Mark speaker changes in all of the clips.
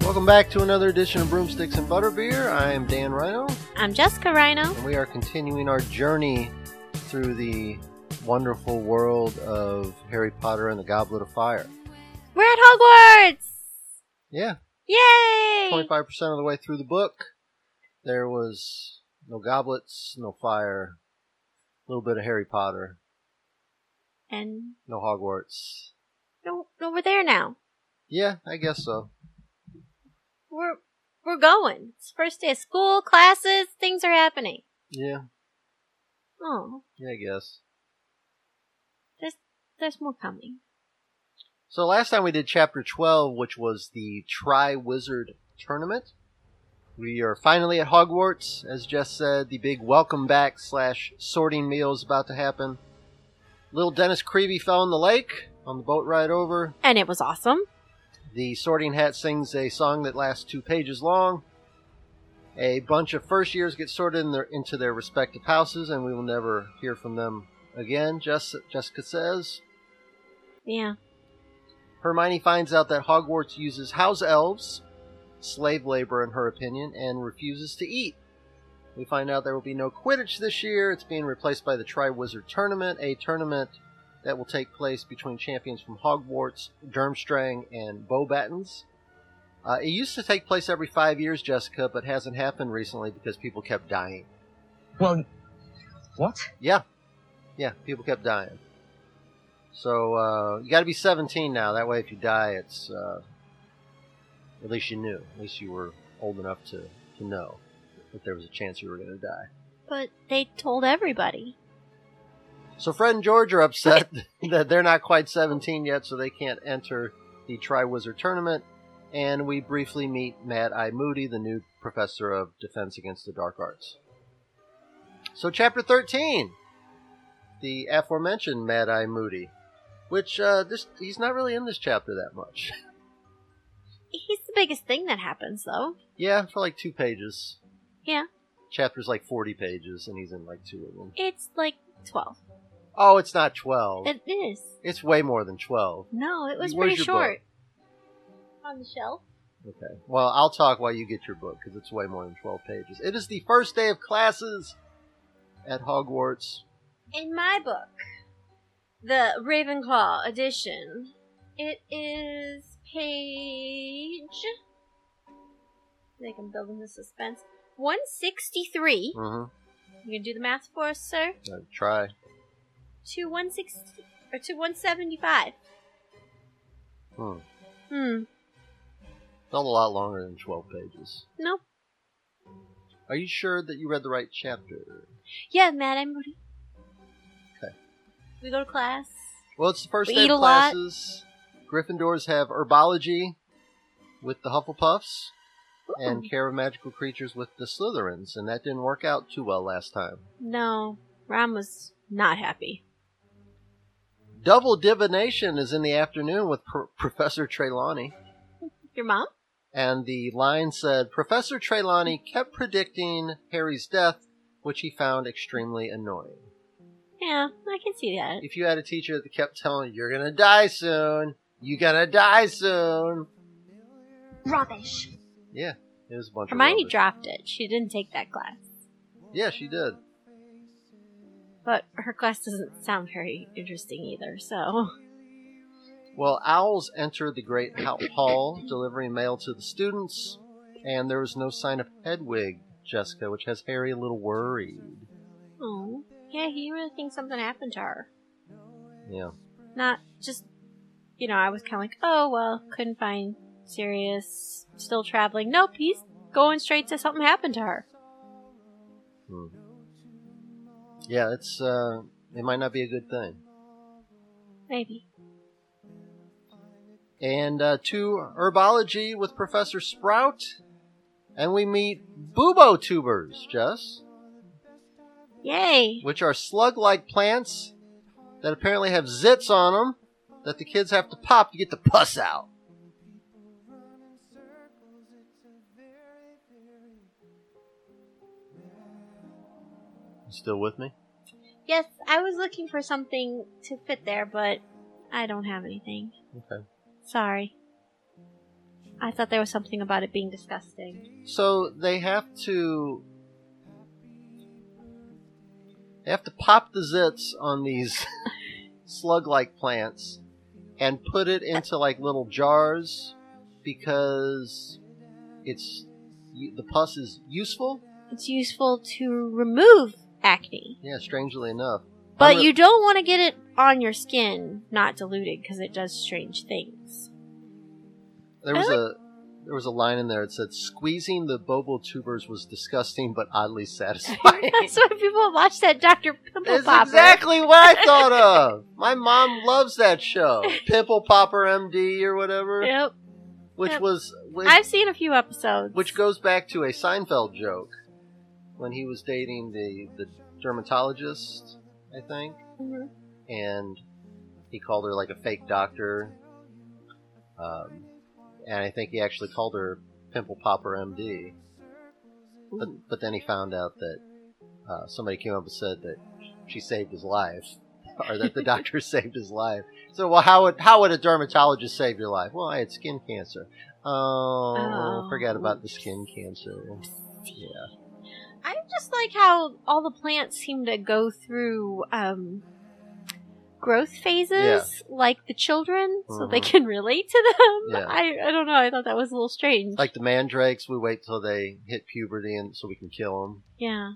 Speaker 1: Welcome back to another edition of Broomsticks and Butterbeer. I am Dan Rhino,
Speaker 2: I'm Jessica Rhino.
Speaker 1: and we are continuing our journey through the wonderful world of Harry Potter and the Goblet of Fire.
Speaker 2: We're at Hogwarts!
Speaker 1: Yeah,
Speaker 2: Yay!
Speaker 1: 25% of the way through the book. There was no goblets, no fire, a little bit of Harry Potter,
Speaker 2: And
Speaker 1: no Hogwarts.
Speaker 2: no, no, we're there now.
Speaker 1: Yeah, I guess so.
Speaker 2: We're we're going. It's first day of school, classes, things are happening.
Speaker 1: Yeah,
Speaker 2: Oh,
Speaker 1: yeah, I guess.
Speaker 2: there's more coming.
Speaker 1: So last time we did chapter 12, which was the Tri Wizard Tournament. We are finally at Hogwarts. As Jess said, the big welcome back slash sorting meal is about to happen. Little Dennis Creevy fell in the lake on the boat ride over.
Speaker 2: And it was awesome.
Speaker 1: The Sorting Hat sings a song that lasts two pages long. A bunch of first years get sorted in their, into their respective houses, and we will never hear from them again, Jess, Jessica says.
Speaker 2: Yeah.
Speaker 1: Hermione finds out that Hogwarts uses house elves, slave labor in her opinion, and refuses to eat. We find out there will be no Quidditch this year. It's being replaced by the Tri Wizard Tournament, a tournament that will take place between champions from Hogwarts, Durmstrang, and Bobatons. Uh, it used to take place every five years, Jessica, but hasn't happened recently because people kept dying.
Speaker 3: Well, what?
Speaker 1: Yeah. Yeah, people kept dying. So uh, you got to be 17 now. That way, if you die, it's uh, at least you knew. At least you were old enough to, to know that there was a chance you were going to die.
Speaker 2: But they told everybody.
Speaker 1: So Fred and George are upset that they're not quite 17 yet, so they can't enter the Tri Wizard tournament. And we briefly meet Mad Eye Moody, the new professor of defense against the dark arts. So, chapter 13, the aforementioned Mad Eye Moody, which uh, this he's not really in this chapter that much.
Speaker 2: He's the biggest thing that happens, though.
Speaker 1: Yeah, for like two pages.
Speaker 2: Yeah.
Speaker 1: Chapter's like 40 pages, and he's in like two of them.
Speaker 2: It's like 12.
Speaker 1: Oh, it's not 12.
Speaker 2: It is.
Speaker 1: It's way more than 12.
Speaker 2: No, it was
Speaker 1: Where's
Speaker 2: pretty
Speaker 1: your book?
Speaker 2: short. On the shelf?
Speaker 1: Okay. Well, I'll talk while you get your book because it's way more than 12 pages. It is the first day of classes at Hogwarts.
Speaker 2: In my book, the Ravenclaw edition, it is page. I think I'm building the suspense. 163.
Speaker 1: Mm-hmm.
Speaker 2: You gonna do the math for us, sir?
Speaker 1: try.
Speaker 2: To 160 or to 175.
Speaker 1: Hmm.
Speaker 2: Hmm.
Speaker 1: It's a lot longer than 12 pages.
Speaker 2: Nope.
Speaker 1: Are you sure that you read the right chapter?
Speaker 2: Yeah, Matt, I'm ready.
Speaker 1: Okay.
Speaker 2: We go to class.
Speaker 1: Well, it's the first
Speaker 2: We
Speaker 1: day
Speaker 2: eat
Speaker 1: of
Speaker 2: a lot.
Speaker 1: classes. Gryffindors have herbology with the Hufflepuffs and care of magical creatures with the Slytherins, and that didn't work out too well last time.
Speaker 2: No, Ron was not happy.
Speaker 1: Double divination is in the afternoon with Pro- Professor Trelawney.
Speaker 2: Your mom?
Speaker 1: and the line said Professor Trelawney kept predicting Harry's death, which he found extremely annoying.
Speaker 2: Yeah, I can see that.
Speaker 1: If you had a teacher that kept telling you, you're gonna die soon, you're gonna die soon,
Speaker 2: Rubbish.
Speaker 1: yeah, it was a bunch
Speaker 2: Hermione
Speaker 1: of rubbish.
Speaker 2: dropped it. She didn't take that class.
Speaker 1: Yeah, she did.
Speaker 2: But her class doesn't sound very interesting either, so.
Speaker 1: Well, owls entered the great ho- hall, delivering mail to the students, and there was no sign of Hedwig, Jessica, which has Harry a little worried.
Speaker 2: Oh. Yeah, he really thinks something happened to her.
Speaker 1: Yeah,
Speaker 2: Not just, you know, I was kind of like, oh, well, couldn't find Sirius, still traveling. Nope, he's going straight to something happened to her.
Speaker 1: Hmm. yeah, it's uh, it might not be a good thing.
Speaker 2: Maybe.
Speaker 1: and uh, to herbology with Professor Sprout, and we meet bubo tubers, Jess,
Speaker 2: Yay!
Speaker 1: which are slug-like plants that apparently have zits on them that the kids have to pop to get the pus out. You still with me?
Speaker 2: Yes, I was looking for something to fit there, but I don't have anything.
Speaker 1: Okay.
Speaker 2: Sorry. I thought there was something about it being disgusting.
Speaker 1: So they have to they have to pop the zits on these slug-like plants and put it into like little jars because it's the pus is useful.
Speaker 2: It's useful to remove acne,
Speaker 1: Yeah, strangely enough.
Speaker 2: but
Speaker 1: I'm re-
Speaker 2: you don't want to get it on your skin, not diluted, because it does strange things.
Speaker 1: there
Speaker 2: I
Speaker 1: was a there was a line in there that said squeezing the bobo tubers was disgusting but oddly satisfying.
Speaker 2: That's why people watch that Dr. Pimple
Speaker 1: That's
Speaker 2: Popper.
Speaker 1: exactly what I thought of. My mom loves that show, Pimple Popper MD or whatever,
Speaker 2: Yep.
Speaker 1: which
Speaker 2: Yep.
Speaker 1: was which,
Speaker 2: I've seen a few episodes.
Speaker 1: which goes back to a Seinfeld joke when he was dating the the dermatologist, I think,
Speaker 2: Mhm.
Speaker 1: and he called her like a fake doctor, um, and I think he actually called her Pimple Popper MD. But, but then he found out that uh, somebody came up and said that she saved his life, or that the doctor saved his life. So, well, how would how would a dermatologist save your life? Well, I had skin cancer. Oh,
Speaker 2: Oh,
Speaker 1: forgot about the
Speaker 2: oops.
Speaker 1: skin cancer. Yeah,
Speaker 2: I just like how all the plants seem to go through um, growth phases, like the children, so they
Speaker 1: Mhm.
Speaker 2: can relate to them.
Speaker 1: Yeah.
Speaker 2: I, I don't know. I thought that was a little strange.
Speaker 1: like the mandrakes, we wait till they hit puberty and so we can kill them.
Speaker 2: yeah.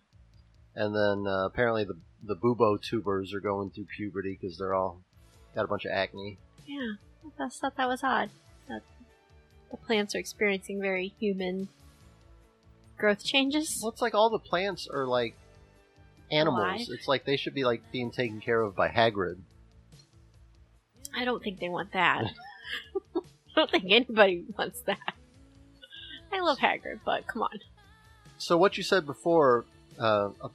Speaker 1: And then uh, apparently the the bubo tubers are going through puberty because they're all got a bunch of acne.
Speaker 2: Yeah. I just thought that was odd. That the plants are experiencing very human growth changes.
Speaker 1: Well, it's like all the plants are like animals.
Speaker 2: Alive.
Speaker 1: It's like they should be like being taken care of by Hagrid.
Speaker 2: I don't think they want that. I don't think anybody wants that. I love Hagrid, but come on.
Speaker 1: So what you said before, uh, uh,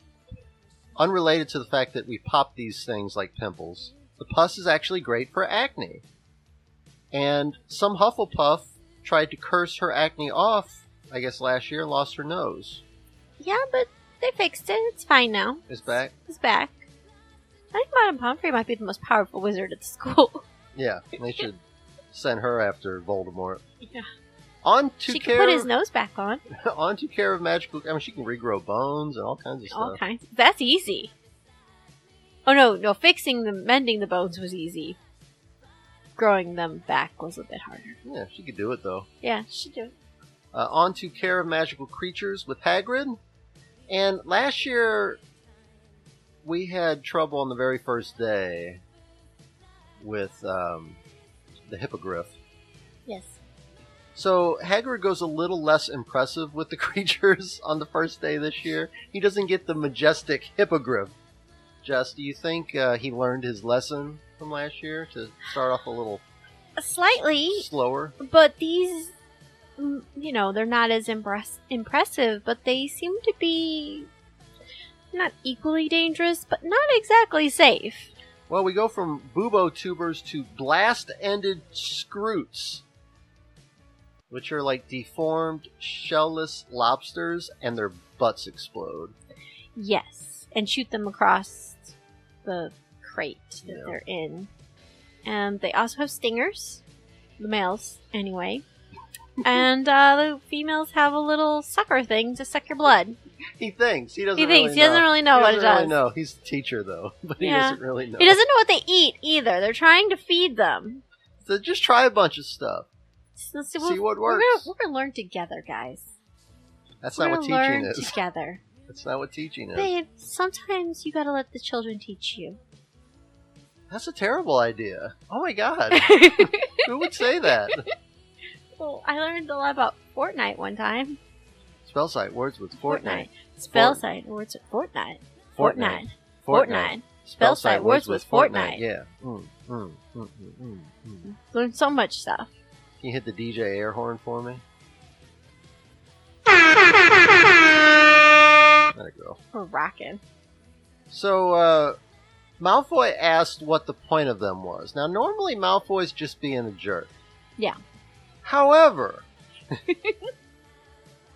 Speaker 1: unrelated to the fact that we pop these things like pimples, the pus is actually great for acne. And some Hufflepuff tried to curse her acne off, I guess last year, and lost her nose.
Speaker 2: Yeah, but they fixed it. It's fine now.
Speaker 1: Is back?
Speaker 2: It's back. I think Madame Pomfrey might be the most powerful wizard at the school.
Speaker 1: Yeah, they should send her after Voldemort.
Speaker 2: Yeah.
Speaker 1: On to
Speaker 2: she
Speaker 1: care
Speaker 2: can put his nose back on.
Speaker 1: on to care of magical. I mean, she can regrow bones and all kinds of
Speaker 2: All
Speaker 1: stuff.
Speaker 2: kinds. That's easy. Oh no, no, fixing them, mending the bones was easy. Growing them back was a bit harder.
Speaker 1: Yeah, she could do it though.
Speaker 2: Yeah, she do.
Speaker 1: uh, onto Care of Magical Creatures with Hagrid. And last year, we had trouble on the very first day with um, the Hippogriff.
Speaker 2: Yes.
Speaker 1: So Hagrid goes a little less impressive with the creatures on the first day this year. He doesn't get the majestic Hippogriff. Jess, do you think uh, he learned his lesson from last year to start off a little
Speaker 2: Slightly,
Speaker 1: slower?
Speaker 2: but these, mm, you know, they're not as impress- impressive, but they seem to be not equally dangerous, but not exactly safe.
Speaker 1: Well, we go from bubo tubers to blast ended scroots, which are like deformed, shellless lobsters, and their butts explode.
Speaker 2: Yes, and shoot them across the crate that
Speaker 1: Yeah.
Speaker 2: they're in. And they also have stingers, the males anyway. and uh, the females have a little sucker thing to suck your blood.
Speaker 1: He thinks. He doesn't
Speaker 2: he
Speaker 1: really
Speaker 2: thinks he
Speaker 1: know.
Speaker 2: doesn't really know
Speaker 1: He
Speaker 2: what it
Speaker 1: doesn't
Speaker 2: does.
Speaker 1: really know. He's a teacher, though, but he
Speaker 2: Yeah.
Speaker 1: doesn't really know.
Speaker 2: He doesn't know what they eat either. They're trying to feed them.
Speaker 1: So just try a bunch of stuff.
Speaker 2: So,
Speaker 1: See
Speaker 2: so we're-
Speaker 1: what
Speaker 2: We're
Speaker 1: works.
Speaker 2: gonna, we're gonna learn together, guys.
Speaker 1: That's
Speaker 2: we're
Speaker 1: not what
Speaker 2: gonna learn
Speaker 1: teaching is.
Speaker 2: together,
Speaker 1: That's not what teaching is.
Speaker 2: babe. Sometimes you gotta let the children teach you.
Speaker 1: That's a terrible idea. Oh my god. Who would say that?
Speaker 2: well, I learned a lot about Fortnite one time.
Speaker 1: Spell sight words with Fortnite.
Speaker 2: Spell
Speaker 1: Fort-
Speaker 2: site words with Fortnite.
Speaker 1: Fortnite.
Speaker 2: Fortnite. Fortnite. Spell site words with Fortnite.
Speaker 1: Yeah. Mm, mm, mm, mm, mm, mm. Can
Speaker 2: Learn so much stuff.
Speaker 1: you hit the DJ air horn for me? There you go.
Speaker 2: We're rocking.
Speaker 1: So, uh, Malfoy asked what the point of them was. Now, normally Malfoy's just being a jerk.
Speaker 2: Yeah.
Speaker 1: However,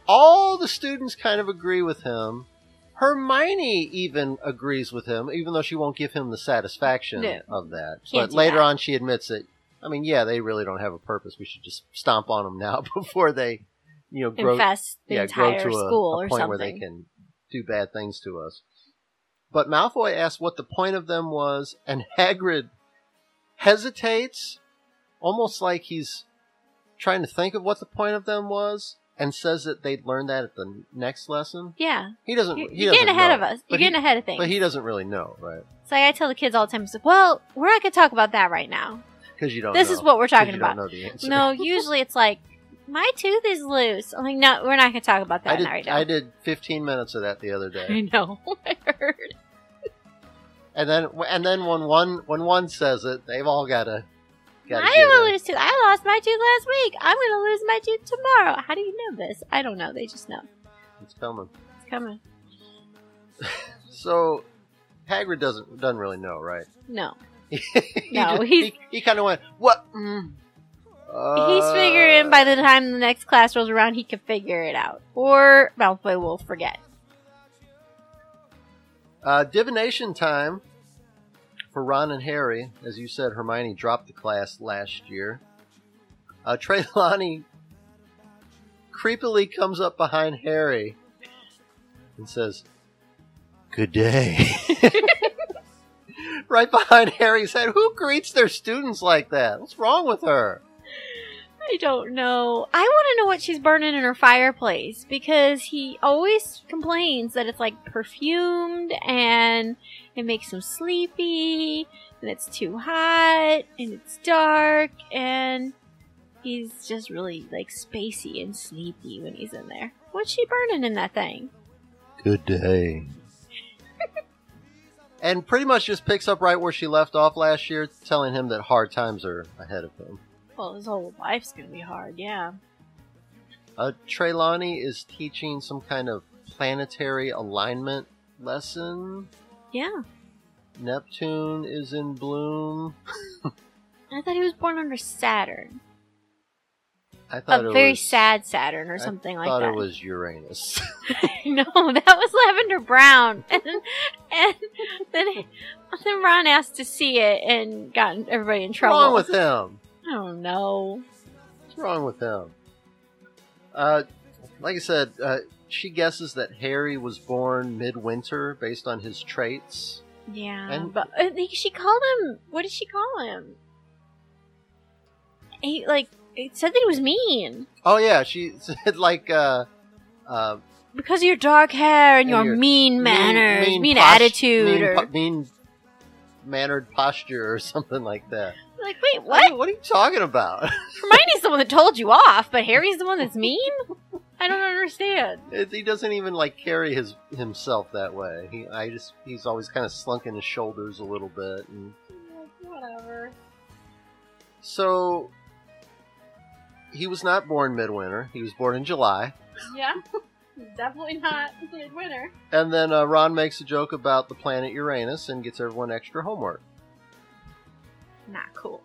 Speaker 1: all the students kind of agree with him. Hermione even agrees with him, even though she won't give him the satisfaction
Speaker 2: No.
Speaker 1: of that.
Speaker 2: Can't
Speaker 1: but
Speaker 2: do
Speaker 1: later
Speaker 2: that.
Speaker 1: on, she admits it. I mean, yeah, they really don't have a purpose. We should just stomp on them now before they, you know, grow
Speaker 2: infest the
Speaker 1: yeah, grow
Speaker 2: entire
Speaker 1: to a,
Speaker 2: school
Speaker 1: a
Speaker 2: or
Speaker 1: point
Speaker 2: something.
Speaker 1: where they can do bad things to us. But Malfoy asks what the point of them was, and Hagrid hesitates, almost like he's trying to think of what the point of them was, and says that they'd learn that at the next lesson.
Speaker 2: yeah,
Speaker 1: He doesn't.
Speaker 2: you're,
Speaker 1: he
Speaker 2: you're getting
Speaker 1: doesn't
Speaker 2: ahead
Speaker 1: know.
Speaker 2: of us. You're
Speaker 1: But he-
Speaker 2: getting ahead of things.
Speaker 1: But he doesn't really know, right?
Speaker 2: it's like I tell the kids all the time. It's like, well, we're not going to talk about that right now.
Speaker 1: Because you don't.
Speaker 2: this
Speaker 1: know.
Speaker 2: is what we're
Speaker 1: 'Cause
Speaker 2: talking
Speaker 1: you
Speaker 2: about.
Speaker 1: Don't know the answer.
Speaker 2: No, usually it's like my tooth is loose. I'm like, no, we're not going to talk about that
Speaker 1: I did.
Speaker 2: right now.
Speaker 1: I did 15 minutes of that the other day.
Speaker 2: I know. I heard.
Speaker 1: And then and then when one when one says it, they've all gotta. gotta
Speaker 2: I
Speaker 1: get
Speaker 2: will
Speaker 1: it.
Speaker 2: lose tooth. I lost my tooth last week. I'm going to lose my tooth tomorrow. How do you know this? I don't know. They just know.
Speaker 1: It's coming.
Speaker 2: It's coming.
Speaker 1: So Hagrid doesn't doesn't really know, right?
Speaker 2: No.
Speaker 1: he
Speaker 2: No,
Speaker 1: just-
Speaker 2: he's-
Speaker 1: he, he kind of went what? Mm. Uh,
Speaker 2: He's figuring by the time the next class rolls around, he can figure it out. Or Malfoy will forget.
Speaker 1: uh, divination time for Ron and Harry. As you said, Hermione dropped the class last year. Uh, Trelawney creepily comes up behind Harry and says, "Good day." right behind Harry's head. Who greets their students like that? What's wrong with her?
Speaker 2: I don't know. I want to know what she's burning in her fireplace because he always complains that it's like perfumed and it makes him sleepy and it's too hot and it's dark and he's just really like spacey and sleepy when he's in there. What's she burning in that thing?
Speaker 1: Good day. and pretty much just picks up right where she left off last year, telling him that hard times are ahead of him.
Speaker 2: Well, his whole life's gonna be hard, yeah.
Speaker 1: Uh, Trelawney is teaching some kind of planetary alignment lesson.
Speaker 2: Yeah.
Speaker 1: Neptune is in bloom.
Speaker 2: I thought he was born under Saturn.
Speaker 1: I thought
Speaker 2: A
Speaker 1: it
Speaker 2: very
Speaker 1: was,
Speaker 2: sad Saturn or
Speaker 1: I
Speaker 2: something
Speaker 1: I
Speaker 2: like
Speaker 1: thought
Speaker 2: that.
Speaker 1: it was Uranus.
Speaker 2: No, that was lavender brown, and and then then Ron asked to see it and got everybody in trouble.
Speaker 1: What's wrong with him?
Speaker 2: I don't know.
Speaker 1: What's wrong with him? Uh, like I said, uh, she guesses that Harry was born midwinter based on his traits.
Speaker 2: Yeah,
Speaker 1: And-
Speaker 2: but I think she called him. What did she call him? He like it said that he was mean
Speaker 1: Oh yeah, she said like uh, uh,
Speaker 2: because of your dark hair and,
Speaker 1: And
Speaker 2: your,
Speaker 1: your
Speaker 2: mean manners, mean,
Speaker 1: post-
Speaker 2: attitude,
Speaker 1: mean,
Speaker 2: or
Speaker 1: po- mean mannered posture, or something like that.
Speaker 2: like wait, what?
Speaker 1: What are you talking about?
Speaker 2: Hermione's the one that told you off, but Harry's the one that's mean. I don't understand.
Speaker 1: It, he doesn't even like carry his himself that way. He, I just, he's always kind of slunk in his shoulders a little bit, and
Speaker 2: Whatever.
Speaker 1: so he was not born midwinter. He was born in July,
Speaker 2: Yeah, definitely not midwinter.
Speaker 1: and then uh, Ron makes a joke about the planet Uranus and gets everyone extra homework.
Speaker 2: Not cool.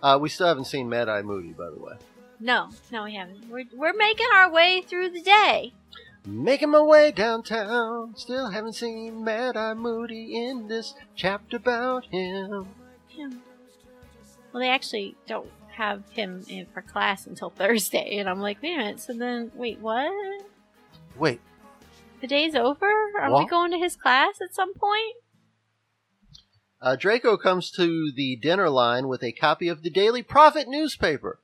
Speaker 1: Uh, we still haven't seen Mad Eye Moody, by the way.
Speaker 2: No, no, we haven't. We're, we're making our way through the day.
Speaker 1: Making my way downtown, still haven't seen Mad Eye Moody in this chapter about him.
Speaker 2: Well, they actually don't have him in for class until Thursday, and I'm like, man. So then, wait, what?
Speaker 1: Wait,
Speaker 2: The day's over? Are we
Speaker 1: What?
Speaker 2: going to his class at some point?
Speaker 1: uh, Draco comes to the dinner line with a copy of the Daily Prophet newspaper.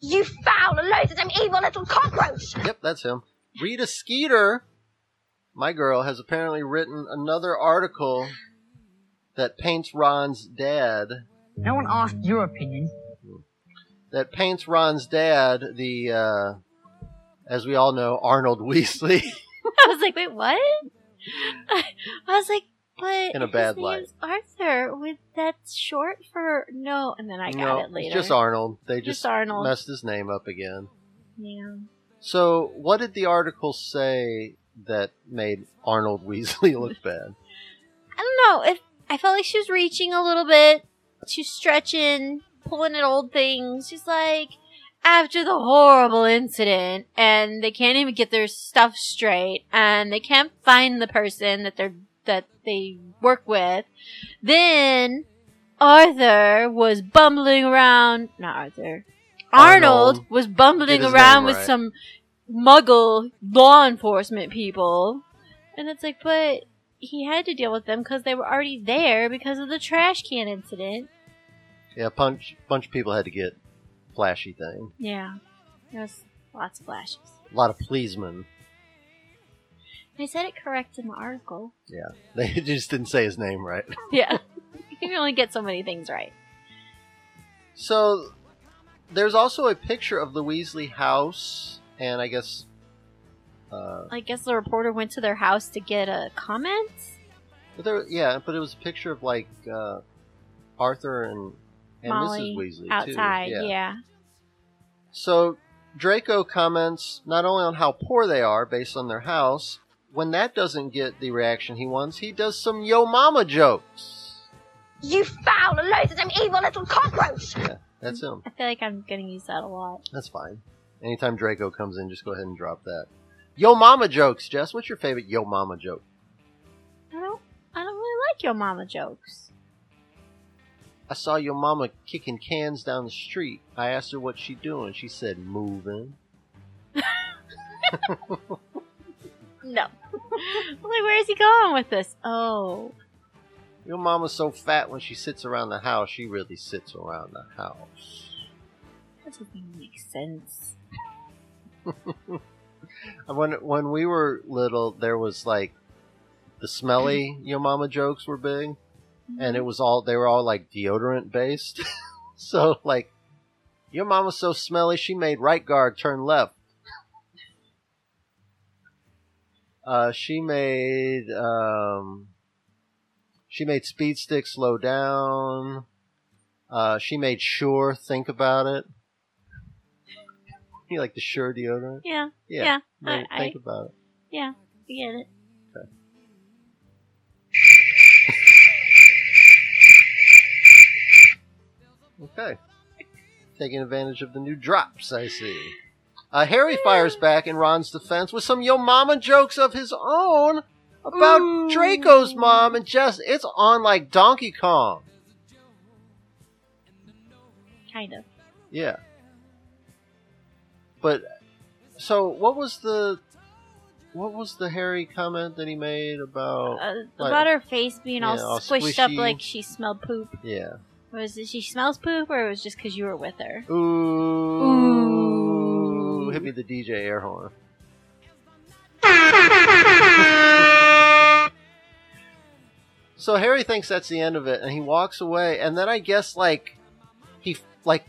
Speaker 4: You foul, loathsome, evil little cockroach!
Speaker 1: Yep, that's him. Rita Skeeter, my girl, has apparently written another article that paints Ron's dad.
Speaker 3: No one asked your opinion.
Speaker 1: That paints Ron's dad, the, uh, as we all know, Arnold Weasley.
Speaker 2: I was like, wait, what? I was like, but
Speaker 1: In a
Speaker 2: his
Speaker 1: bad light.
Speaker 2: name's Arthur. With that's short for no, and then I got
Speaker 1: No,
Speaker 2: it later.
Speaker 1: It's just Arnold. They
Speaker 2: Just
Speaker 1: just,
Speaker 2: Arnold.
Speaker 1: messed his name up again.
Speaker 2: yeah.
Speaker 1: So, what did the article say that made Arnold Weasley look bad?
Speaker 2: I don't know. If I felt like she was reaching a little bit, she's stretching, pulling at old things. She's like, after the horrible incident, and they can't even get their stuff straight, and they can't find the person that they're that they work with, then. Arthur was bumbling around. Not Arthur.
Speaker 1: Arnold.
Speaker 2: Arnold, was bumbling
Speaker 1: Get his
Speaker 2: around
Speaker 1: name
Speaker 2: with
Speaker 1: right.
Speaker 2: some muggle law enforcement people. And it's like, but he had to deal with them because they were already there because of the trash can incident.
Speaker 1: Yeah, a bunch, bunch of people had to get flashy thing.
Speaker 2: Yeah. There's lots of flashes.
Speaker 1: A lot of pleasemen.
Speaker 2: I said it correct in the article.
Speaker 1: They just didn't say his name right.
Speaker 2: Yeah. you can only get so many things right.
Speaker 1: So there's also a picture of the Weasley house, and I guess uh,
Speaker 2: I guess the reporter went to their house to get a comment?
Speaker 1: but there, yeah, but it was a picture of like uh, Arthur and and Mrs.
Speaker 2: Molly
Speaker 1: Weasley
Speaker 2: Outside,
Speaker 1: Too. Yeah.
Speaker 2: yeah.
Speaker 1: So Draco comments not only on how poor they are based on their house. When that doesn't get the reaction he wants, he does some yo mama jokes.
Speaker 4: You foul, loathsome, evil little cockroach!
Speaker 1: That's him.
Speaker 2: I feel like I'm gonna use that a lot.
Speaker 1: That's fine. Anytime Draco comes in, just go ahead and drop that. Yo mama jokes, Jess. What's your favorite yo mama joke?
Speaker 2: I don't I don't really like your mama jokes.
Speaker 1: I saw your mama kicking cans down the street. I asked her what she doing. She said moving.
Speaker 2: No. I'm like, where is he going with this? Oh.
Speaker 1: Your mama's so fat when she sits around the house, she really sits around the house.
Speaker 2: That doesn't even make sense.
Speaker 1: When when we were little, there was like the smelly your mama jokes were big, and it was all they were all like deodorant based. so like, your mama's so smelly, she made right guard turn left. Uh, she made um, she made speed stick slow down. Uh, she made sure think about it. You like the sure deodorant?
Speaker 2: Yeah,
Speaker 1: Yeah.
Speaker 2: Yeah,
Speaker 1: made
Speaker 2: I-
Speaker 1: think about it.
Speaker 2: yeah. I get it.
Speaker 1: Okay. Taking advantage of the new drops, I see. Uh, Harry
Speaker 2: Hmm.
Speaker 1: fires back in Ron's defense with some yo mama jokes of his own about
Speaker 2: Ooh.
Speaker 1: Draco's mom and Jess. It's on like Donkey Kong.
Speaker 2: Kind of.
Speaker 1: Yeah. But so what was the what was the Harry comment that he made about
Speaker 2: Uh,
Speaker 1: like-
Speaker 2: about her face being all,
Speaker 1: Yeah, all
Speaker 2: squished up
Speaker 1: squishy.
Speaker 2: like she smelled poop.
Speaker 1: yeah.
Speaker 2: Was it she smells poop or it was just because you were with her?
Speaker 1: Ooh.
Speaker 2: Ooh.
Speaker 1: Hit me the DJ air horn. So Harry thinks that's the end of it, and he walks away. And then I guess like he like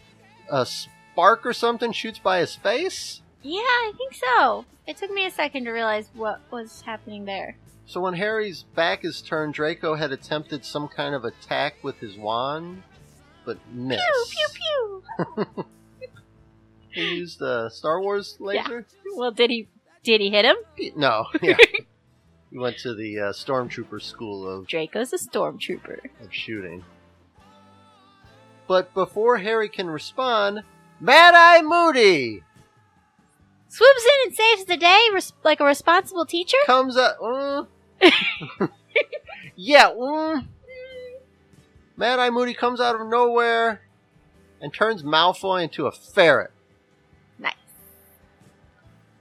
Speaker 1: a spark or something shoots by his face.
Speaker 2: Yeah, I think so. It took me a second to realize what was happening there.
Speaker 1: So when Harry's back is turned, Draco had attempted some kind of attack with his wand, but missed.
Speaker 2: Pew Oh, pew pew.
Speaker 1: He used a Star Wars laser.
Speaker 2: Well, did he? Did he hit him?
Speaker 1: No, yeah. he went to the uh, stormtrooper school of
Speaker 2: Draco's a stormtrooper.
Speaker 1: of shooting. But before Harry can respond, Mad Eye Moody
Speaker 2: Swoops in and saves the day, res- like a responsible teacher.
Speaker 1: comes up. mm. yeah. mm. Mad Eye Moody comes out of nowhere and turns Malfoy into a ferret.
Speaker 2: Nice.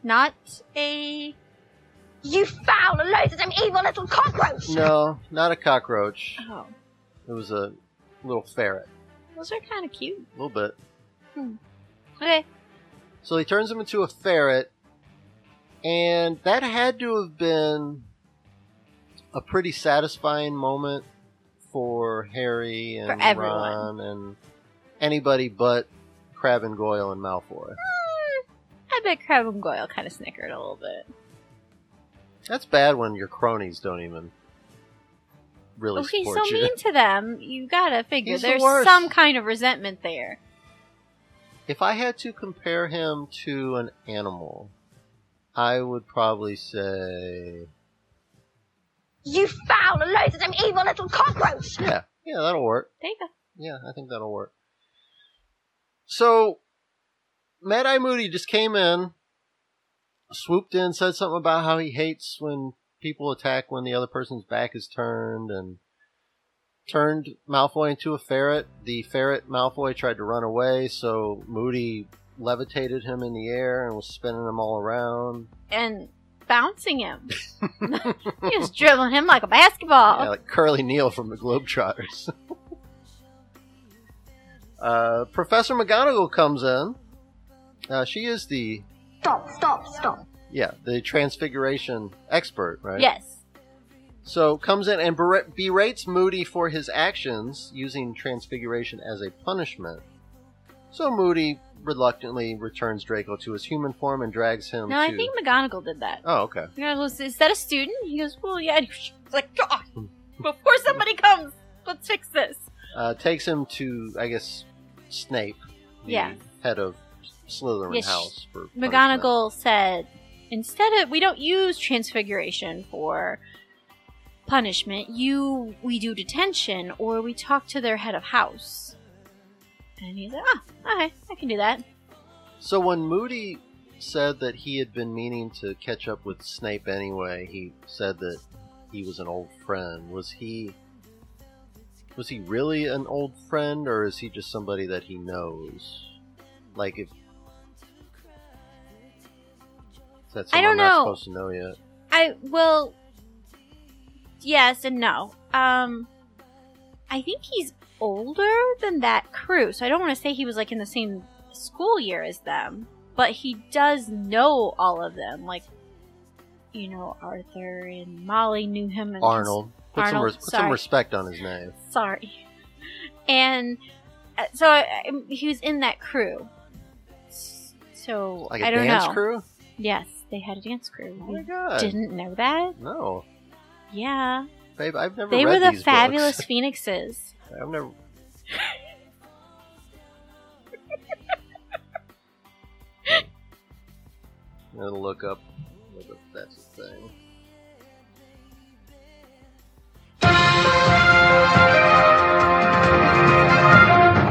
Speaker 2: Not a.
Speaker 4: You foul, loathsome, evil little cockroach!
Speaker 1: No, not a cockroach.
Speaker 2: Oh,
Speaker 1: It was a little ferret.
Speaker 2: those are kind of cute.
Speaker 1: A little bit.
Speaker 2: Okay.
Speaker 1: So he turns him into a ferret, and that had to have been a pretty satisfying moment for Harry and
Speaker 2: For everyone.
Speaker 1: Ron and anybody but Crab and Goyle and Malfoy.
Speaker 2: I bet Crab and Goyle kind of snickered a little bit.
Speaker 1: That's bad when your cronies don't even really
Speaker 2: Okay,
Speaker 1: support
Speaker 2: Oh, so
Speaker 1: you.
Speaker 2: mean to them. You gotta figure
Speaker 1: He's the
Speaker 2: there's
Speaker 1: worst.
Speaker 2: some kind of resentment there.
Speaker 1: If I had to compare him to an animal, I would probably say,
Speaker 4: You foul, loathsome, evil little cockroach!
Speaker 1: yeah, yeah, that'll work.
Speaker 2: There you go.
Speaker 1: Yeah, I think that'll work. So, Mad Eye Moody just came in, swooped in, said something about how he hates when people attack when the other person's back is turned, and turned Malfoy into a ferret. The ferret Malfoy tried to run away, so Moody levitated him in the air and was spinning him all around.
Speaker 2: and bouncing him. he was dribbling him like a basketball.
Speaker 1: Yeah, like Curly Neal from the Globetrotters. uh, Professor McGonagall comes in. Uh, she is the
Speaker 4: Stop, stop, stop.
Speaker 1: yeah the transfiguration expert, right?
Speaker 2: Yes.
Speaker 1: So comes in and bera- berates Moody for his actions using transfiguration as a punishment. So Moody reluctantly returns Draco to his human form and drags him.
Speaker 2: No,
Speaker 1: to...
Speaker 2: I think McGonagall did that.
Speaker 1: Oh, okay.
Speaker 2: McGonagall goes, Is that a student? He goes, Well, yeah. And she's like, God,
Speaker 1: Hmm.
Speaker 2: before somebody comes, let's fix this.
Speaker 1: Uh, takes him to, I guess, Snape, the
Speaker 2: Yeah.
Speaker 1: head of Slytherin
Speaker 2: Yes,
Speaker 1: House. For punishment.
Speaker 2: McGonagall said, Instead of, we don't use transfiguration for punishment. You, we do detention or we talk to their head of house. And he's like, Ah, okay, I can do that.
Speaker 1: So when Moody said that he had been meaning to catch up with Snape anyway, he said that he was an old friend. Was he was he really an old friend or is he just somebody that he knows? Like if is that
Speaker 2: I
Speaker 1: someone
Speaker 2: don't
Speaker 1: not
Speaker 2: know.
Speaker 1: supposed to know yet.
Speaker 2: I well, yes and no. Um, I think he's older than that crew, so I don't want to say he was like in the same school year as them, but he does know all of them. Like, you know, Arthur and Molly knew him. And his-
Speaker 1: Arnold. Put some
Speaker 2: Arnold,
Speaker 1: res- put some
Speaker 2: sorry.
Speaker 1: respect on his name.
Speaker 2: sorry, and uh, so I, I- he was in that crew. S- So
Speaker 1: Like
Speaker 2: I
Speaker 1: a
Speaker 2: don't
Speaker 1: dance
Speaker 2: know.
Speaker 1: crew?
Speaker 2: Yes, they had a dance crew.
Speaker 1: Oh my
Speaker 2: You
Speaker 1: god.
Speaker 2: didn't know that?
Speaker 1: No.
Speaker 2: Yeah.
Speaker 1: Babe, I've never
Speaker 2: They
Speaker 1: read
Speaker 2: were the
Speaker 1: these books.
Speaker 2: fabulous phoenixes.
Speaker 1: I've never. I'm gonna look up. Look up that's the thing.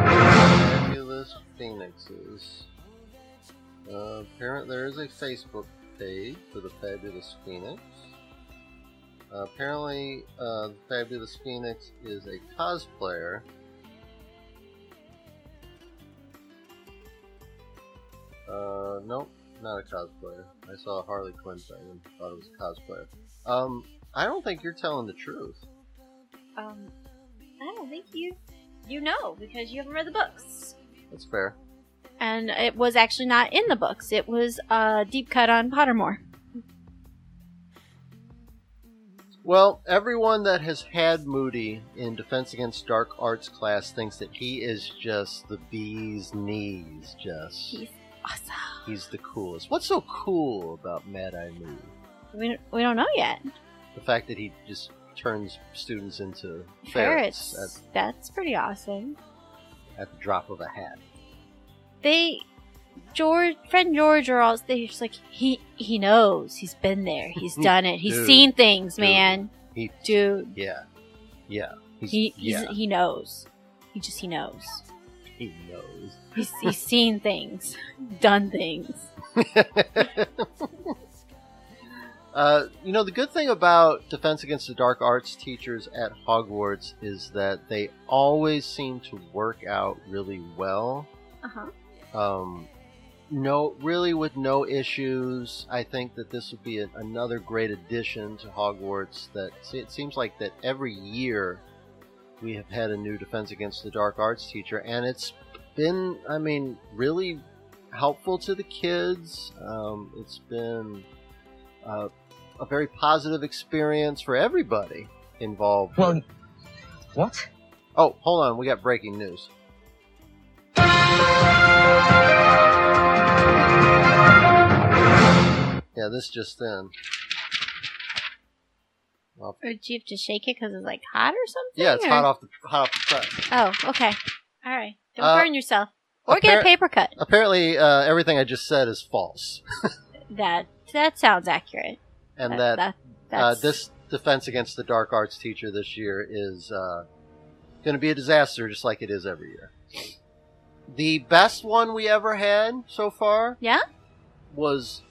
Speaker 1: Fabulous Phoenixes. Uh, apparent there is a Facebook page for the Fabulous Phoenix. Uh, apparently, uh, the Fabulous Phoenix is a cosplayer. Uh, nope, not a cosplayer. I saw a Harley Quinn thing and thought it was a cosplayer. Um, I don't think you're telling the truth.
Speaker 2: Um, I don't think you you know because you haven't read the books.
Speaker 1: That's fair.
Speaker 2: And it was actually not in the books. It was a deep cut on Pottermore.
Speaker 1: Well, everyone that has had Moody in Defense Against Dark Arts class thinks that he is just the bee's knees, Jess.
Speaker 2: He's awesome.
Speaker 1: He's the coolest. What's so cool about Mad Eye Moody?
Speaker 2: We, we don't know yet.
Speaker 1: The fact that he just turns students into ferrets,
Speaker 2: Ferrets. That's pretty awesome.
Speaker 1: At, at the drop of a hat.
Speaker 2: They George, friend George, are all they're just like he he knows. He's been there. He's done it. He's
Speaker 1: Dude.
Speaker 2: seen things,
Speaker 1: Dude.
Speaker 2: man.
Speaker 1: He,
Speaker 2: Dude,
Speaker 1: yeah, yeah. He's,
Speaker 2: he he's,
Speaker 1: yeah,
Speaker 2: he knows. He just he knows.
Speaker 1: he knows.
Speaker 2: He's, he's seen things, done things.
Speaker 1: Uh, you know, the good thing about Defense Against the Dark Arts teachers at Hogwarts is that they always seem to work out really well.
Speaker 2: Uh-huh.
Speaker 1: Um, no, really, with no issues. I think that this would be a, another great addition to Hogwarts. That see, it seems like that every year we have had a new Defense Against the Dark Arts teacher, and it's been, I mean, really helpful to the kids. Um, it's been uh, a very positive experience for everybody involved.
Speaker 3: Well, what?
Speaker 1: oh, hold on, we got breaking news. Yeah, this just then.
Speaker 2: Or do you have to shake it because it's like hot or something?
Speaker 1: Yeah, it's
Speaker 2: or-
Speaker 1: hot off the hot off the press.
Speaker 2: Oh, okay. All right. Don't
Speaker 1: Uh,
Speaker 2: burn yourself. Or get
Speaker 1: Appar-
Speaker 2: a paper cut.
Speaker 1: Apparently, uh, everything I just said is false,
Speaker 2: That that sounds accurate.
Speaker 1: and that uh,
Speaker 2: that's-
Speaker 1: this defense against the dark arts teacher this year is uh, going to be a disaster, just like it is every year. The best one we ever had so far,
Speaker 2: Yeah?
Speaker 1: was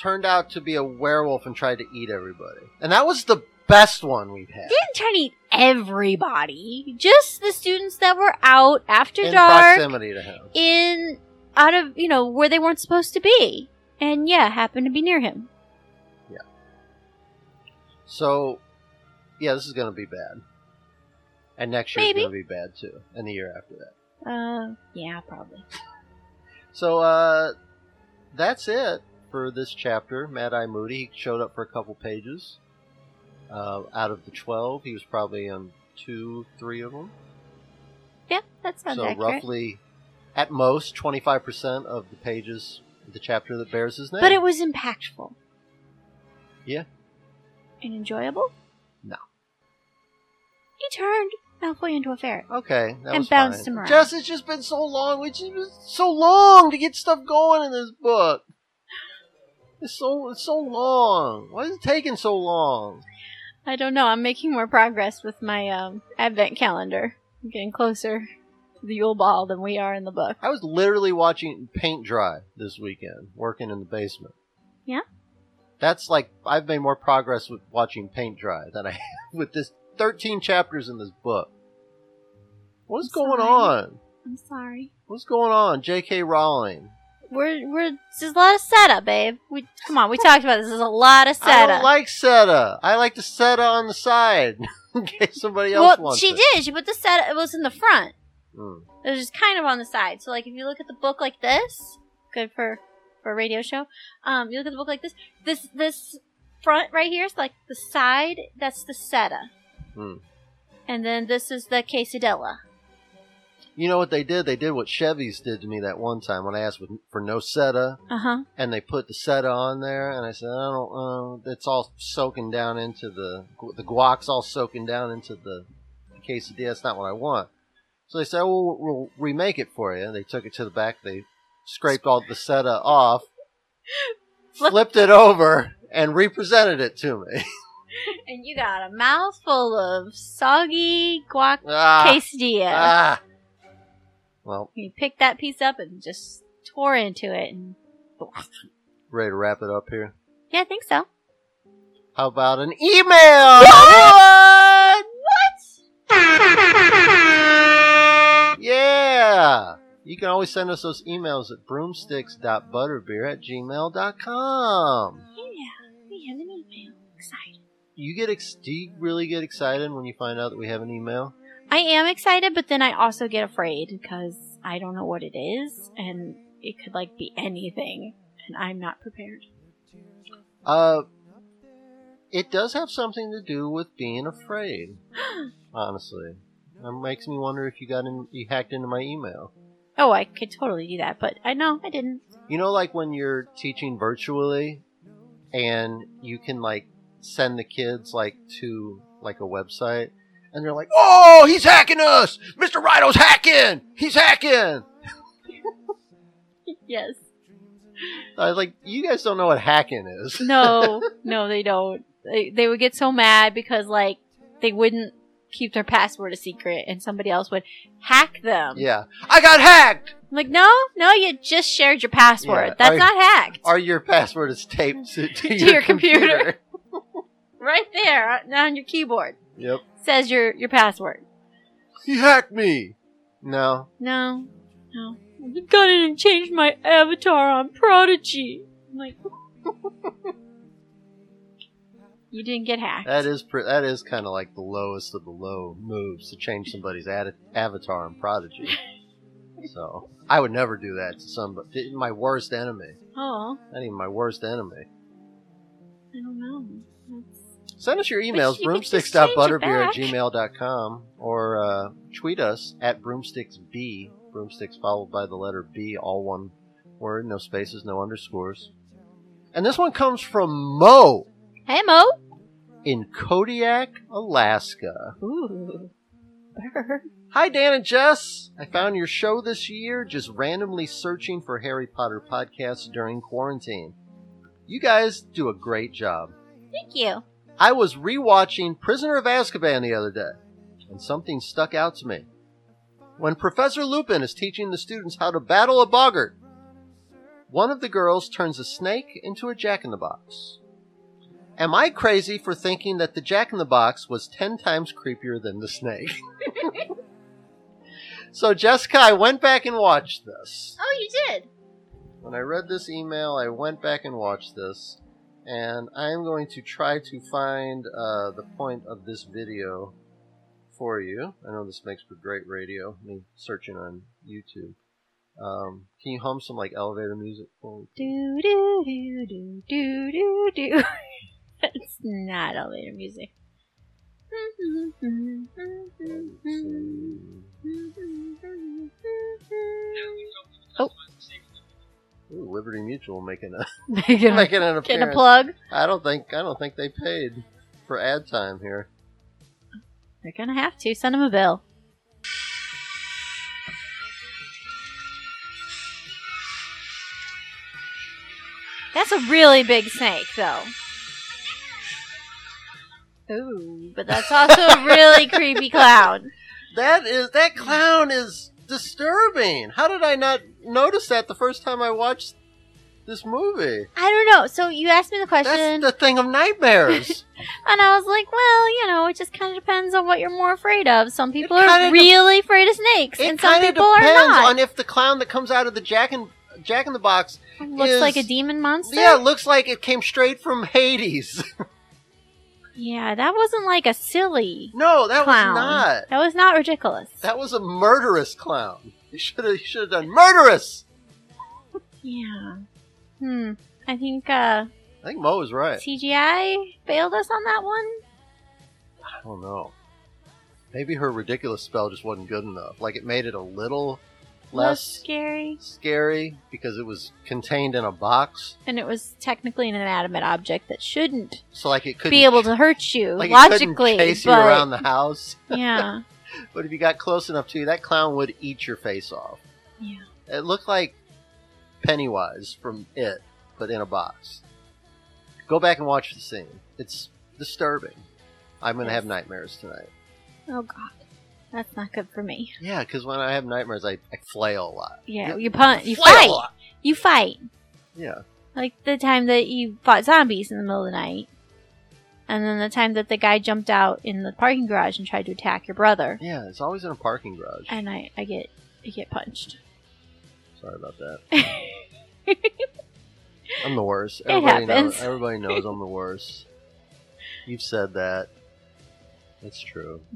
Speaker 1: turned out to be a werewolf and tried to eat everybody, and that was the best one we've had.
Speaker 2: Didn't try to eat everybody, just the students that were out after
Speaker 1: in
Speaker 2: dark
Speaker 1: proximity to him.
Speaker 2: in out of you know where they weren't supposed to be, and yeah, happened to be near him.
Speaker 1: So, yeah, this is going to be bad. And next year's
Speaker 2: Maybe.
Speaker 1: going to be bad too, and the year after that.
Speaker 2: Uh, yeah, probably.
Speaker 1: So, uh, that's it for this chapter. Mad Eye Moody he showed up for a couple pages. Uh, out of the 12, he was probably on two, three of them.
Speaker 2: Yeah, that sounds
Speaker 1: so,
Speaker 2: accurate.
Speaker 1: roughly, at most, 25% of the pages of the chapter that bears his name.
Speaker 2: But it was impactful.
Speaker 1: Yeah.
Speaker 2: And enjoyable.
Speaker 1: No.
Speaker 2: He turned Malfoy into a ferret.
Speaker 1: Okay, that
Speaker 2: And
Speaker 1: was
Speaker 2: bounced
Speaker 1: fine.
Speaker 2: him around.
Speaker 1: Jess, it's just been so long. It's just been so long to get stuff going in this book. It's so it's so long. Why is it taking so long?
Speaker 2: I don't know. I'm making more progress with my um, advent calendar. I'm getting closer to the Yule Ball than we are in the book.
Speaker 1: I was literally watching paint dry this weekend, working in the basement.
Speaker 2: Yeah?
Speaker 1: That's like I've made more progress with watching paint dry than I have with this 13 chapters in this book. What's
Speaker 2: I'm
Speaker 1: going
Speaker 2: sorry.
Speaker 1: on?
Speaker 2: I'm sorry.
Speaker 1: What's going on, J.K. Rowling?
Speaker 2: We're we're there's a lot of setup, babe. We come on. We talked about this. There's a lot of
Speaker 1: I
Speaker 2: setup.
Speaker 1: don't like Seta. I like the Seta on the side in case somebody else
Speaker 2: well,
Speaker 1: wants
Speaker 2: she
Speaker 1: it.
Speaker 2: did. She put the setup. It was in the front.
Speaker 1: Mm.
Speaker 2: It was just kind of on the side. So like if you look at the book like this, good for for a radio show. Um, you look at the book like this. This this front right here is like the side. That's the seta.
Speaker 1: Hmm.
Speaker 2: And then this is the quesadilla.
Speaker 1: You know what they did? They did what Chevy's did to me that one time when I asked with, for no Seta,
Speaker 2: Uh huh.
Speaker 1: and they put the Seta on there, and I said, I don't. Uh, it's all soaking down into the the guac's all soaking down into the quesadilla. That's not what I want. So they said, well, we'll remake it for you. And they took it to the back. They scraped all the Seta off,
Speaker 2: Flip-
Speaker 1: flipped it over, and represented it to me.
Speaker 2: And you got a mouthful of soggy guac
Speaker 1: ah.
Speaker 2: quesadilla.
Speaker 1: Ah. Well,
Speaker 2: You picked that piece up and just tore into it. And
Speaker 1: ready to wrap it up here.
Speaker 2: yeah, I think so.
Speaker 1: How about an email? What? Yeah. You can always send us those emails at broomsticks.butterbeer at gmail.com.
Speaker 2: Yeah, we have an email. Excited.
Speaker 1: You get ex- do you really get excited when you find out that we have an email?
Speaker 2: I am excited, but then I also get afraid because I don't know what it is, and it could like be anything, and I'm not prepared.
Speaker 1: Uh, it does have something to do with being afraid. honestly, it makes me wonder if you got in, you hacked into my email.
Speaker 2: Oh, I could totally do that, but I know I didn't.
Speaker 1: You know, like when you're teaching virtually, and you can like send the kids like to like a website, and they're like, "Oh, he's hacking us, Mr. Rido's hacking. He's hacking."
Speaker 2: yes.
Speaker 1: I was like, "You guys don't know what hacking is."
Speaker 2: No, no, they don't. They, they would get so mad because like they wouldn't keep their password a secret, and somebody else would hack them.
Speaker 1: Yeah, I got hacked.
Speaker 2: I'm like, no, no, you just shared your password.
Speaker 1: Yeah.
Speaker 2: That's
Speaker 1: Are-
Speaker 2: not hacked.
Speaker 1: Or your password is taped to, to your,
Speaker 2: your computer.
Speaker 1: computer.
Speaker 2: right there on- on your keyboard
Speaker 1: Yep,
Speaker 2: says your your password.
Speaker 1: he hacked me. No,
Speaker 2: No, no. I got in and changed my avatar on Prodigy. I'm like, you didn't get hacked.
Speaker 1: That is pre- that is kind of like the lowest of the low moves to change somebody's ad- avatar in Prodigy. so I would never do that to somebody. My worst enemy,
Speaker 2: oh,
Speaker 1: not even my worst enemy.
Speaker 2: I don't know. That's-
Speaker 1: Send us your emails,
Speaker 2: you could just
Speaker 1: broomsticks.butterbeer at
Speaker 2: change it
Speaker 1: gmail.com, or uh, tweet us at broomsticksb, broomsticks followed by the letter B, all one word, no spaces, no underscores. And this one comes from Mo
Speaker 2: Hey, Mo.
Speaker 1: in Kodiak, Alaska.
Speaker 2: Ooh. Burr.
Speaker 1: Hi, Dan and Jess. I found your show this year just randomly searching for Harry Potter podcasts during quarantine. You guys do a great job.
Speaker 2: Thank you.
Speaker 1: I was rewatching Prisoner of Azkaban the other day, and something stuck out to me. When Professor Lupin is teaching the students how to battle a boggart, one of the girls turns a snake into a jack in the box. Am I crazy for thinking that the Jack in the Box was 10 times creepier than the snake? so, Jessica, I went back and watched this.
Speaker 5: Oh, you did.
Speaker 1: When I read this email, I went back and watched this, and I'm going to try to find uh, the point of this video for you. I know this makes for great radio, me searching on YouTube. Um, can you hum some like elevator music for me?
Speaker 2: Do do do do do do do. That's not elevator music.
Speaker 1: Ooh, Liberty Mutual making a
Speaker 2: Making
Speaker 1: making
Speaker 2: a,
Speaker 1: an
Speaker 2: getting a
Speaker 1: appearance.
Speaker 2: plug.
Speaker 1: I don't think I don't think they paid for ad time here.
Speaker 2: They're gonna have to send them a bill. That's a really big snake, though. Ooh, but that's also a really creepy clown.
Speaker 1: That is that clown is disturbing. How did I not notice that the first time I watched this movie?
Speaker 2: I don't know. So you asked me the question,
Speaker 1: That's the thing of nightmares.
Speaker 2: and I was like, "Well, you know, it just kind of depends on what you're more afraid of. Some people
Speaker 1: kinda
Speaker 2: are
Speaker 1: de-
Speaker 2: really afraid of snakes,
Speaker 1: it
Speaker 2: and some
Speaker 1: kind of
Speaker 2: people are
Speaker 1: depends
Speaker 2: not.
Speaker 1: on if the clown that comes out of the Jack and Jack in the Box.
Speaker 2: Looks
Speaker 1: is-
Speaker 2: like a demon monster.
Speaker 1: Yeah, it looks like it came straight from Hades.
Speaker 2: Yeah, that wasn't like a silly
Speaker 1: no, that
Speaker 2: clown.
Speaker 1: was not.
Speaker 2: That was not ridiculous.
Speaker 1: That was a murderous clown. You should have you should have done murderous.
Speaker 2: yeah. Hmm. I think uh,
Speaker 1: I think Mo was right.
Speaker 2: CGI failed us on that one.
Speaker 1: I don't know. Maybe her ridiculous spell just wasn't good enough. Like it made it a little
Speaker 2: Less
Speaker 1: less
Speaker 2: scary,
Speaker 1: scary because it was contained in a box.
Speaker 2: and it was technically an inanimate object that shouldn't
Speaker 1: So like it could
Speaker 2: be able to hurt you
Speaker 1: like it
Speaker 2: logically.
Speaker 1: couldn't chase
Speaker 2: but
Speaker 1: you around the house.
Speaker 2: yeah,
Speaker 1: But if you got close enough to you, that clown would eat your face off.
Speaker 2: Yeah.
Speaker 1: It looked like Pennywise from It, but in a box. Go back and watch the scene. It's disturbing. I'm gonna have nightmares tonight.
Speaker 2: oh god, that's not good for me.
Speaker 1: Yeah, because when I have nightmares, I, I flail a lot.
Speaker 2: Yeah,
Speaker 1: Yeah.
Speaker 2: you punt, you
Speaker 1: Flail a
Speaker 2: fight,
Speaker 1: lot.
Speaker 2: you fight.
Speaker 1: Yeah.
Speaker 2: Like the time that you fought zombies in the middle of the night. And then the time that the guy jumped out in the parking garage and tried to attack your brother.
Speaker 1: Yeah, it's always in a parking garage.
Speaker 2: And I, I get I get punched.
Speaker 1: Sorry about that. I'm the worst.
Speaker 2: It
Speaker 1: Everybody
Speaker 2: happens.
Speaker 1: knows. Everybody knows I'm the worst. You've said that. It's true.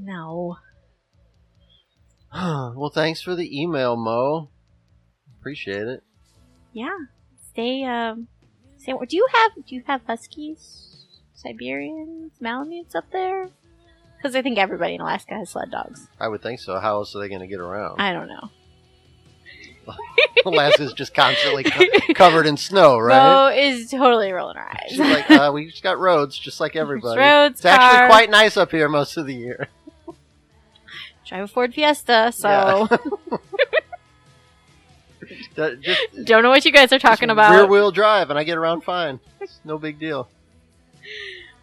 Speaker 2: No.
Speaker 1: well, thanks for the email, Mo. Appreciate it.
Speaker 2: Yeah. Stay um stay do you have do you have huskies? Siberians, Malamutes up there? Because I think everybody in Alaska has sled dogs.
Speaker 1: I would think so. How else are they going to get around?
Speaker 2: I don't know.
Speaker 1: Alaska's just constantly co- covered in snow, right?
Speaker 2: Bo is totally rolling her eyes.
Speaker 1: She's like, uh, we just got roads, just like everybody.
Speaker 2: roads,
Speaker 1: it's actually
Speaker 2: cars.
Speaker 1: quite nice up here most of the year.
Speaker 2: Drive a Ford Fiesta, so
Speaker 1: Ju- Just
Speaker 2: don't know what you guys are talking
Speaker 1: It's
Speaker 2: about.
Speaker 1: rear wheel drive and I get around fine. It's no big deal.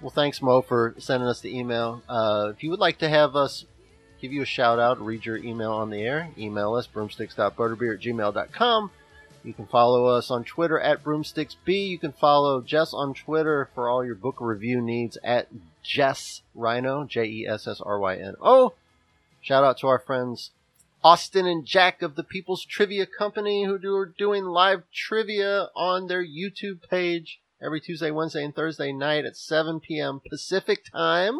Speaker 1: Well, thanks Mo for sending us the email. Uh, if you would like to have us give you a shout out, read your email on the air, email us broomsticks.butterbeer at gmail.com. You can follow us on Twitter at broomsticksb. You can follow Jess on Twitter for all your book review needs at Jess Rhino, J E S S R Y N O. Shout out to our friends Austin and Jack of the People's Trivia Company, who do, are doing live trivia on their YouTube page every Tuesday, Wednesday, and Thursday night at 7 p.m. Pacific time.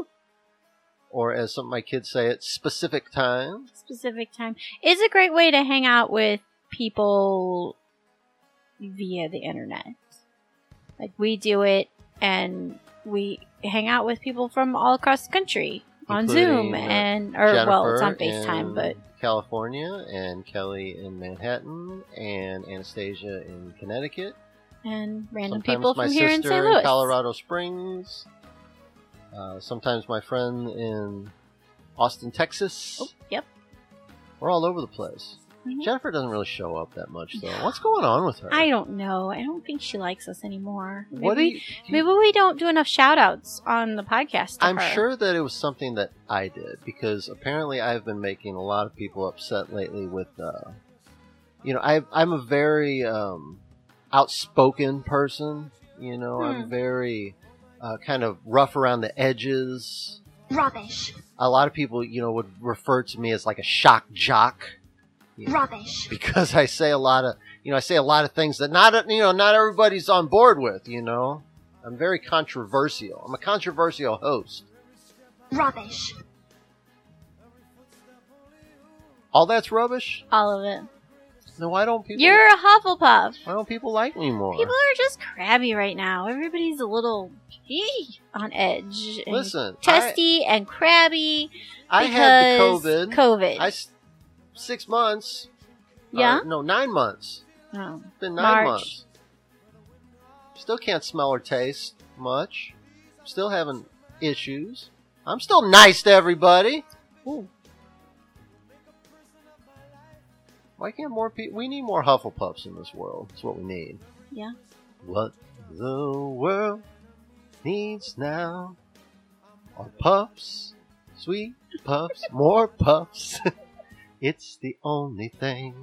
Speaker 1: Or as some of my kids say, it's specific time.
Speaker 2: specific time is a great way to hang out with people via the internet. Like we do it and we hang out with people from all across the country on Zoom
Speaker 1: Including, uh,
Speaker 2: and or well it's on FaceTime
Speaker 1: in
Speaker 2: but
Speaker 1: California and Kelly in Manhattan and Anastasia in Connecticut.
Speaker 2: and random
Speaker 1: sometimes
Speaker 2: people
Speaker 1: my
Speaker 2: from here in
Speaker 1: sister
Speaker 2: St. Louis.
Speaker 1: Colorado Springs. Uh, sometimes my friend in Austin, Texas.
Speaker 2: Oh, yep.
Speaker 1: We're all over the place.
Speaker 2: Mhm.
Speaker 1: Jennifer doesn't really show up that much, though. What's going on with her?
Speaker 2: I don't know. I don't think she likes us anymore. Maybe,
Speaker 1: What do you? do you-
Speaker 2: maybe we don't do enough shout outs on the podcast. to
Speaker 1: I'm
Speaker 2: her.
Speaker 1: sure that it was something that I did because apparently I've been making a lot of people upset lately with, uh, you know, i I'm a very um, outspoken person. You know, I'm very uh, kind of rough around the edges.
Speaker 4: Rubbish.
Speaker 1: A lot of people, you know, would refer to me as like a shock jock
Speaker 4: Rubbish.
Speaker 1: because I say a lot of, you know, I say a lot of things that not, you know, not everybody's on board with. You know, I'm very controversial. I'm a controversial host.
Speaker 4: Rubbish.
Speaker 1: All that's rubbish.
Speaker 2: All of it.
Speaker 1: Then why don't people?
Speaker 2: You're a Hufflepuff.
Speaker 1: why don't people like me more?
Speaker 2: People are just crabby right now. Everybody's a little eeh, on edge. and
Speaker 1: Listen,
Speaker 2: Testy and crabby.
Speaker 1: I, I had the
Speaker 2: because
Speaker 1: COVID.
Speaker 2: COVID.
Speaker 1: I s- six months. or
Speaker 2: yeah.
Speaker 1: no, nine months.
Speaker 2: No.
Speaker 1: It's been nine
Speaker 2: Oh, March.
Speaker 1: months. Still can't smell or taste much. Still having issues. I'm still nice to everybody. Why can't more people? We need more Hufflepuffs in this world. That's what we need.
Speaker 2: Yeah.
Speaker 1: What the world needs now are puffs, sweet puffs, more puffs. it's the only thing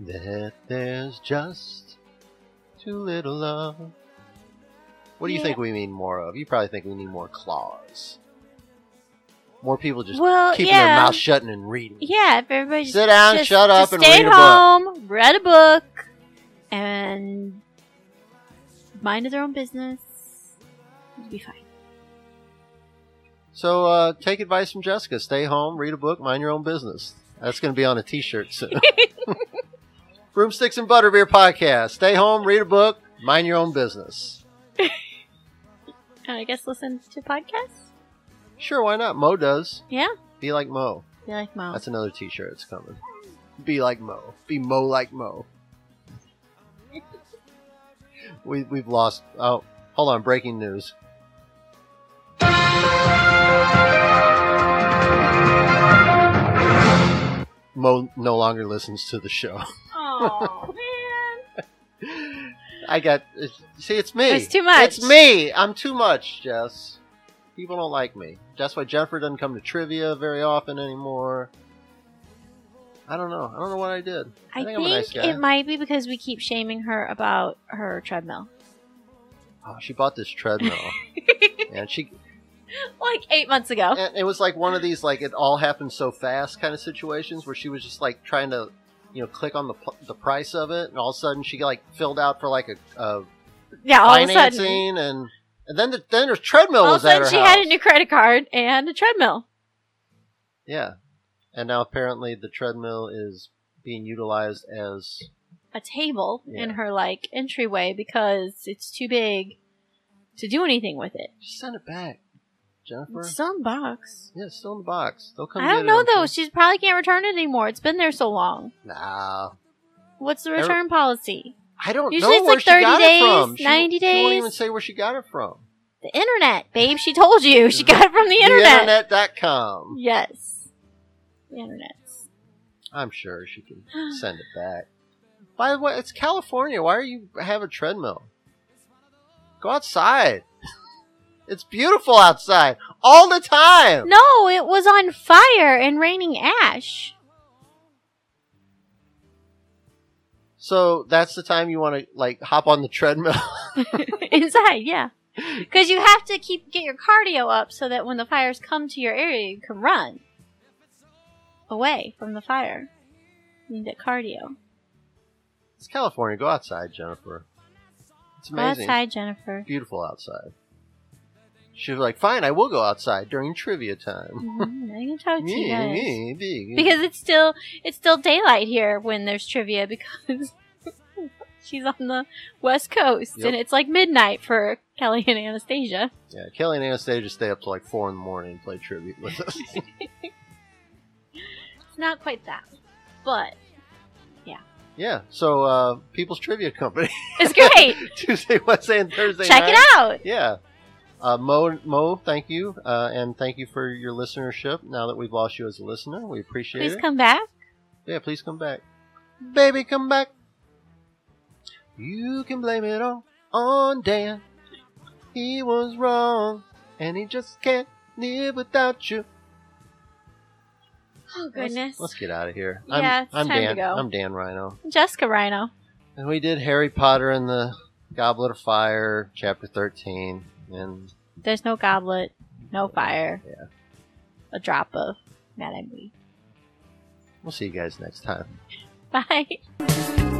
Speaker 1: that there's just too little of. What do you
Speaker 2: Yeah.
Speaker 1: think we need more of? You probably think we need more claws. More people just
Speaker 2: well,
Speaker 1: keeping
Speaker 2: yeah.
Speaker 1: their mouth shut and reading.
Speaker 2: Yeah, if everybody just
Speaker 1: Sit down,
Speaker 2: just-
Speaker 1: shut up,
Speaker 2: just
Speaker 1: and
Speaker 2: stay
Speaker 1: read a
Speaker 2: at
Speaker 1: book.
Speaker 2: home, read a book, and mind their own business. You'll be fine.
Speaker 1: So uh, take advice from Jessica. Stay home, read a book, mind your own business. That's going to be on a T-shirt soon. Broomsticks and Butterbeer podcast. Stay home, read a book, mind your own business.
Speaker 2: And I guess listen to podcasts.
Speaker 1: Sure, why not? Mo does.
Speaker 2: Yeah,
Speaker 1: Be like Mo.
Speaker 2: be like mom.
Speaker 1: That's another T-shirt that's coming. Be like Mo. Be Mo like Mo. We we've lost. Oh, hold on. Breaking news. Mo no longer listens to the show.
Speaker 2: oh man,
Speaker 1: I got. See, it's me.
Speaker 2: It's too much.
Speaker 1: It's me. I'm too much, Jess. People don't like me. That's why Jennifer doesn't come to trivia very often anymore. I don't know. I don't know what I did.
Speaker 2: I
Speaker 1: think
Speaker 2: think,
Speaker 1: I'm a nice guy.
Speaker 2: it might be because we keep shaming her about her treadmill.
Speaker 1: Oh, she bought this treadmill, and she
Speaker 2: Like eight months ago.
Speaker 1: and it was like one of these like it all happened so fast kind of situations where she was just like trying to you know click on the pl- the price of it, and all of a sudden she like filled out for like a, a
Speaker 2: yeah, all of a sudden,
Speaker 1: financing, and and then the, then her treadmill
Speaker 2: all of
Speaker 1: was
Speaker 2: a
Speaker 1: at
Speaker 2: sudden
Speaker 1: her
Speaker 2: she
Speaker 1: house.
Speaker 2: had a new credit card and a treadmill.
Speaker 1: Yeah. And now apparently the treadmill is being utilized as
Speaker 2: a table in
Speaker 1: Yeah.
Speaker 2: her like entryway because it's too big to do anything with it.
Speaker 1: just send it back, Jennifer.
Speaker 2: It's still in the box.
Speaker 1: yeah, it's still in the box. They'll come.
Speaker 2: I don't
Speaker 1: get it
Speaker 2: know
Speaker 1: on
Speaker 2: though.
Speaker 1: Tues-
Speaker 2: She probably can't return it anymore. It's been there so long.
Speaker 1: Nah,
Speaker 2: What's the
Speaker 1: Every-
Speaker 2: return policy?
Speaker 1: I don't
Speaker 2: Usually
Speaker 1: know
Speaker 2: it's
Speaker 1: where
Speaker 2: like
Speaker 1: she
Speaker 2: 30
Speaker 1: got
Speaker 2: days,
Speaker 1: it from. She-
Speaker 2: 90
Speaker 1: She won't
Speaker 2: days.
Speaker 1: even say where she got it from.
Speaker 2: The internet, babe. She told you she got it from the internet.
Speaker 1: Internet.com.
Speaker 2: Yes, the internet.
Speaker 1: I'm sure she can send it back. By the way, it's California. Why are you have a treadmill? Go outside. it's beautiful outside all the time.
Speaker 2: No, it was on fire and raining ash.
Speaker 1: So that's the time you want to like hop on the treadmill.
Speaker 2: inside, yeah. Because you have to keep get your cardio up so that when the fires come to your area, you can run away from the fire. You need that cardio.
Speaker 1: It's California. Go outside, Jennifer. It's
Speaker 2: Go
Speaker 1: amazing.
Speaker 2: outside, Jennifer.
Speaker 1: It's beautiful outside. She was like, "Fine, I will go outside during trivia time."
Speaker 2: Mhm, I can talk to you
Speaker 1: Yeah,
Speaker 2: guys
Speaker 1: yeah, yeah.
Speaker 2: because it's still it's still daylight here when there's trivia because she's on the west coast
Speaker 1: Yep.
Speaker 2: and it's like midnight for Kelly and Anastasia.
Speaker 1: yeah, Kelly and Anastasia stay up till like four in the morning and play trivia with us.
Speaker 2: It's not quite that, but
Speaker 1: yeah, so uh, People's Trivia Company
Speaker 2: it's great.
Speaker 1: Tuesday, Wednesday, and Thursday.
Speaker 2: Check it out.
Speaker 1: Yeah. Uh, Mo, Mo, thank you, uh, and thank you for your listenership. Now that we've lost you as a listener, we appreciate
Speaker 2: Please
Speaker 1: it.
Speaker 2: come back.
Speaker 1: Yeah, please come back. Baby, come back. You can blame it all on Dan. He was wrong, and he just can't live without you.
Speaker 2: Oh
Speaker 1: Let's-
Speaker 2: goodness.
Speaker 1: Let's, get out of here.
Speaker 2: Yeah,
Speaker 1: I'm,
Speaker 2: it's
Speaker 1: I'm
Speaker 2: time to
Speaker 1: Dan.
Speaker 2: go.
Speaker 1: I'm Dan Rhino.
Speaker 2: Jessica Rhino.
Speaker 1: And we did Harry Potter and the Goblet of Fire, Chapter 13. And
Speaker 2: There's no goblet, no fire.
Speaker 1: Yeah.
Speaker 2: A drop of Madame Wee.
Speaker 1: we'll see you guys next time.
Speaker 2: Bye.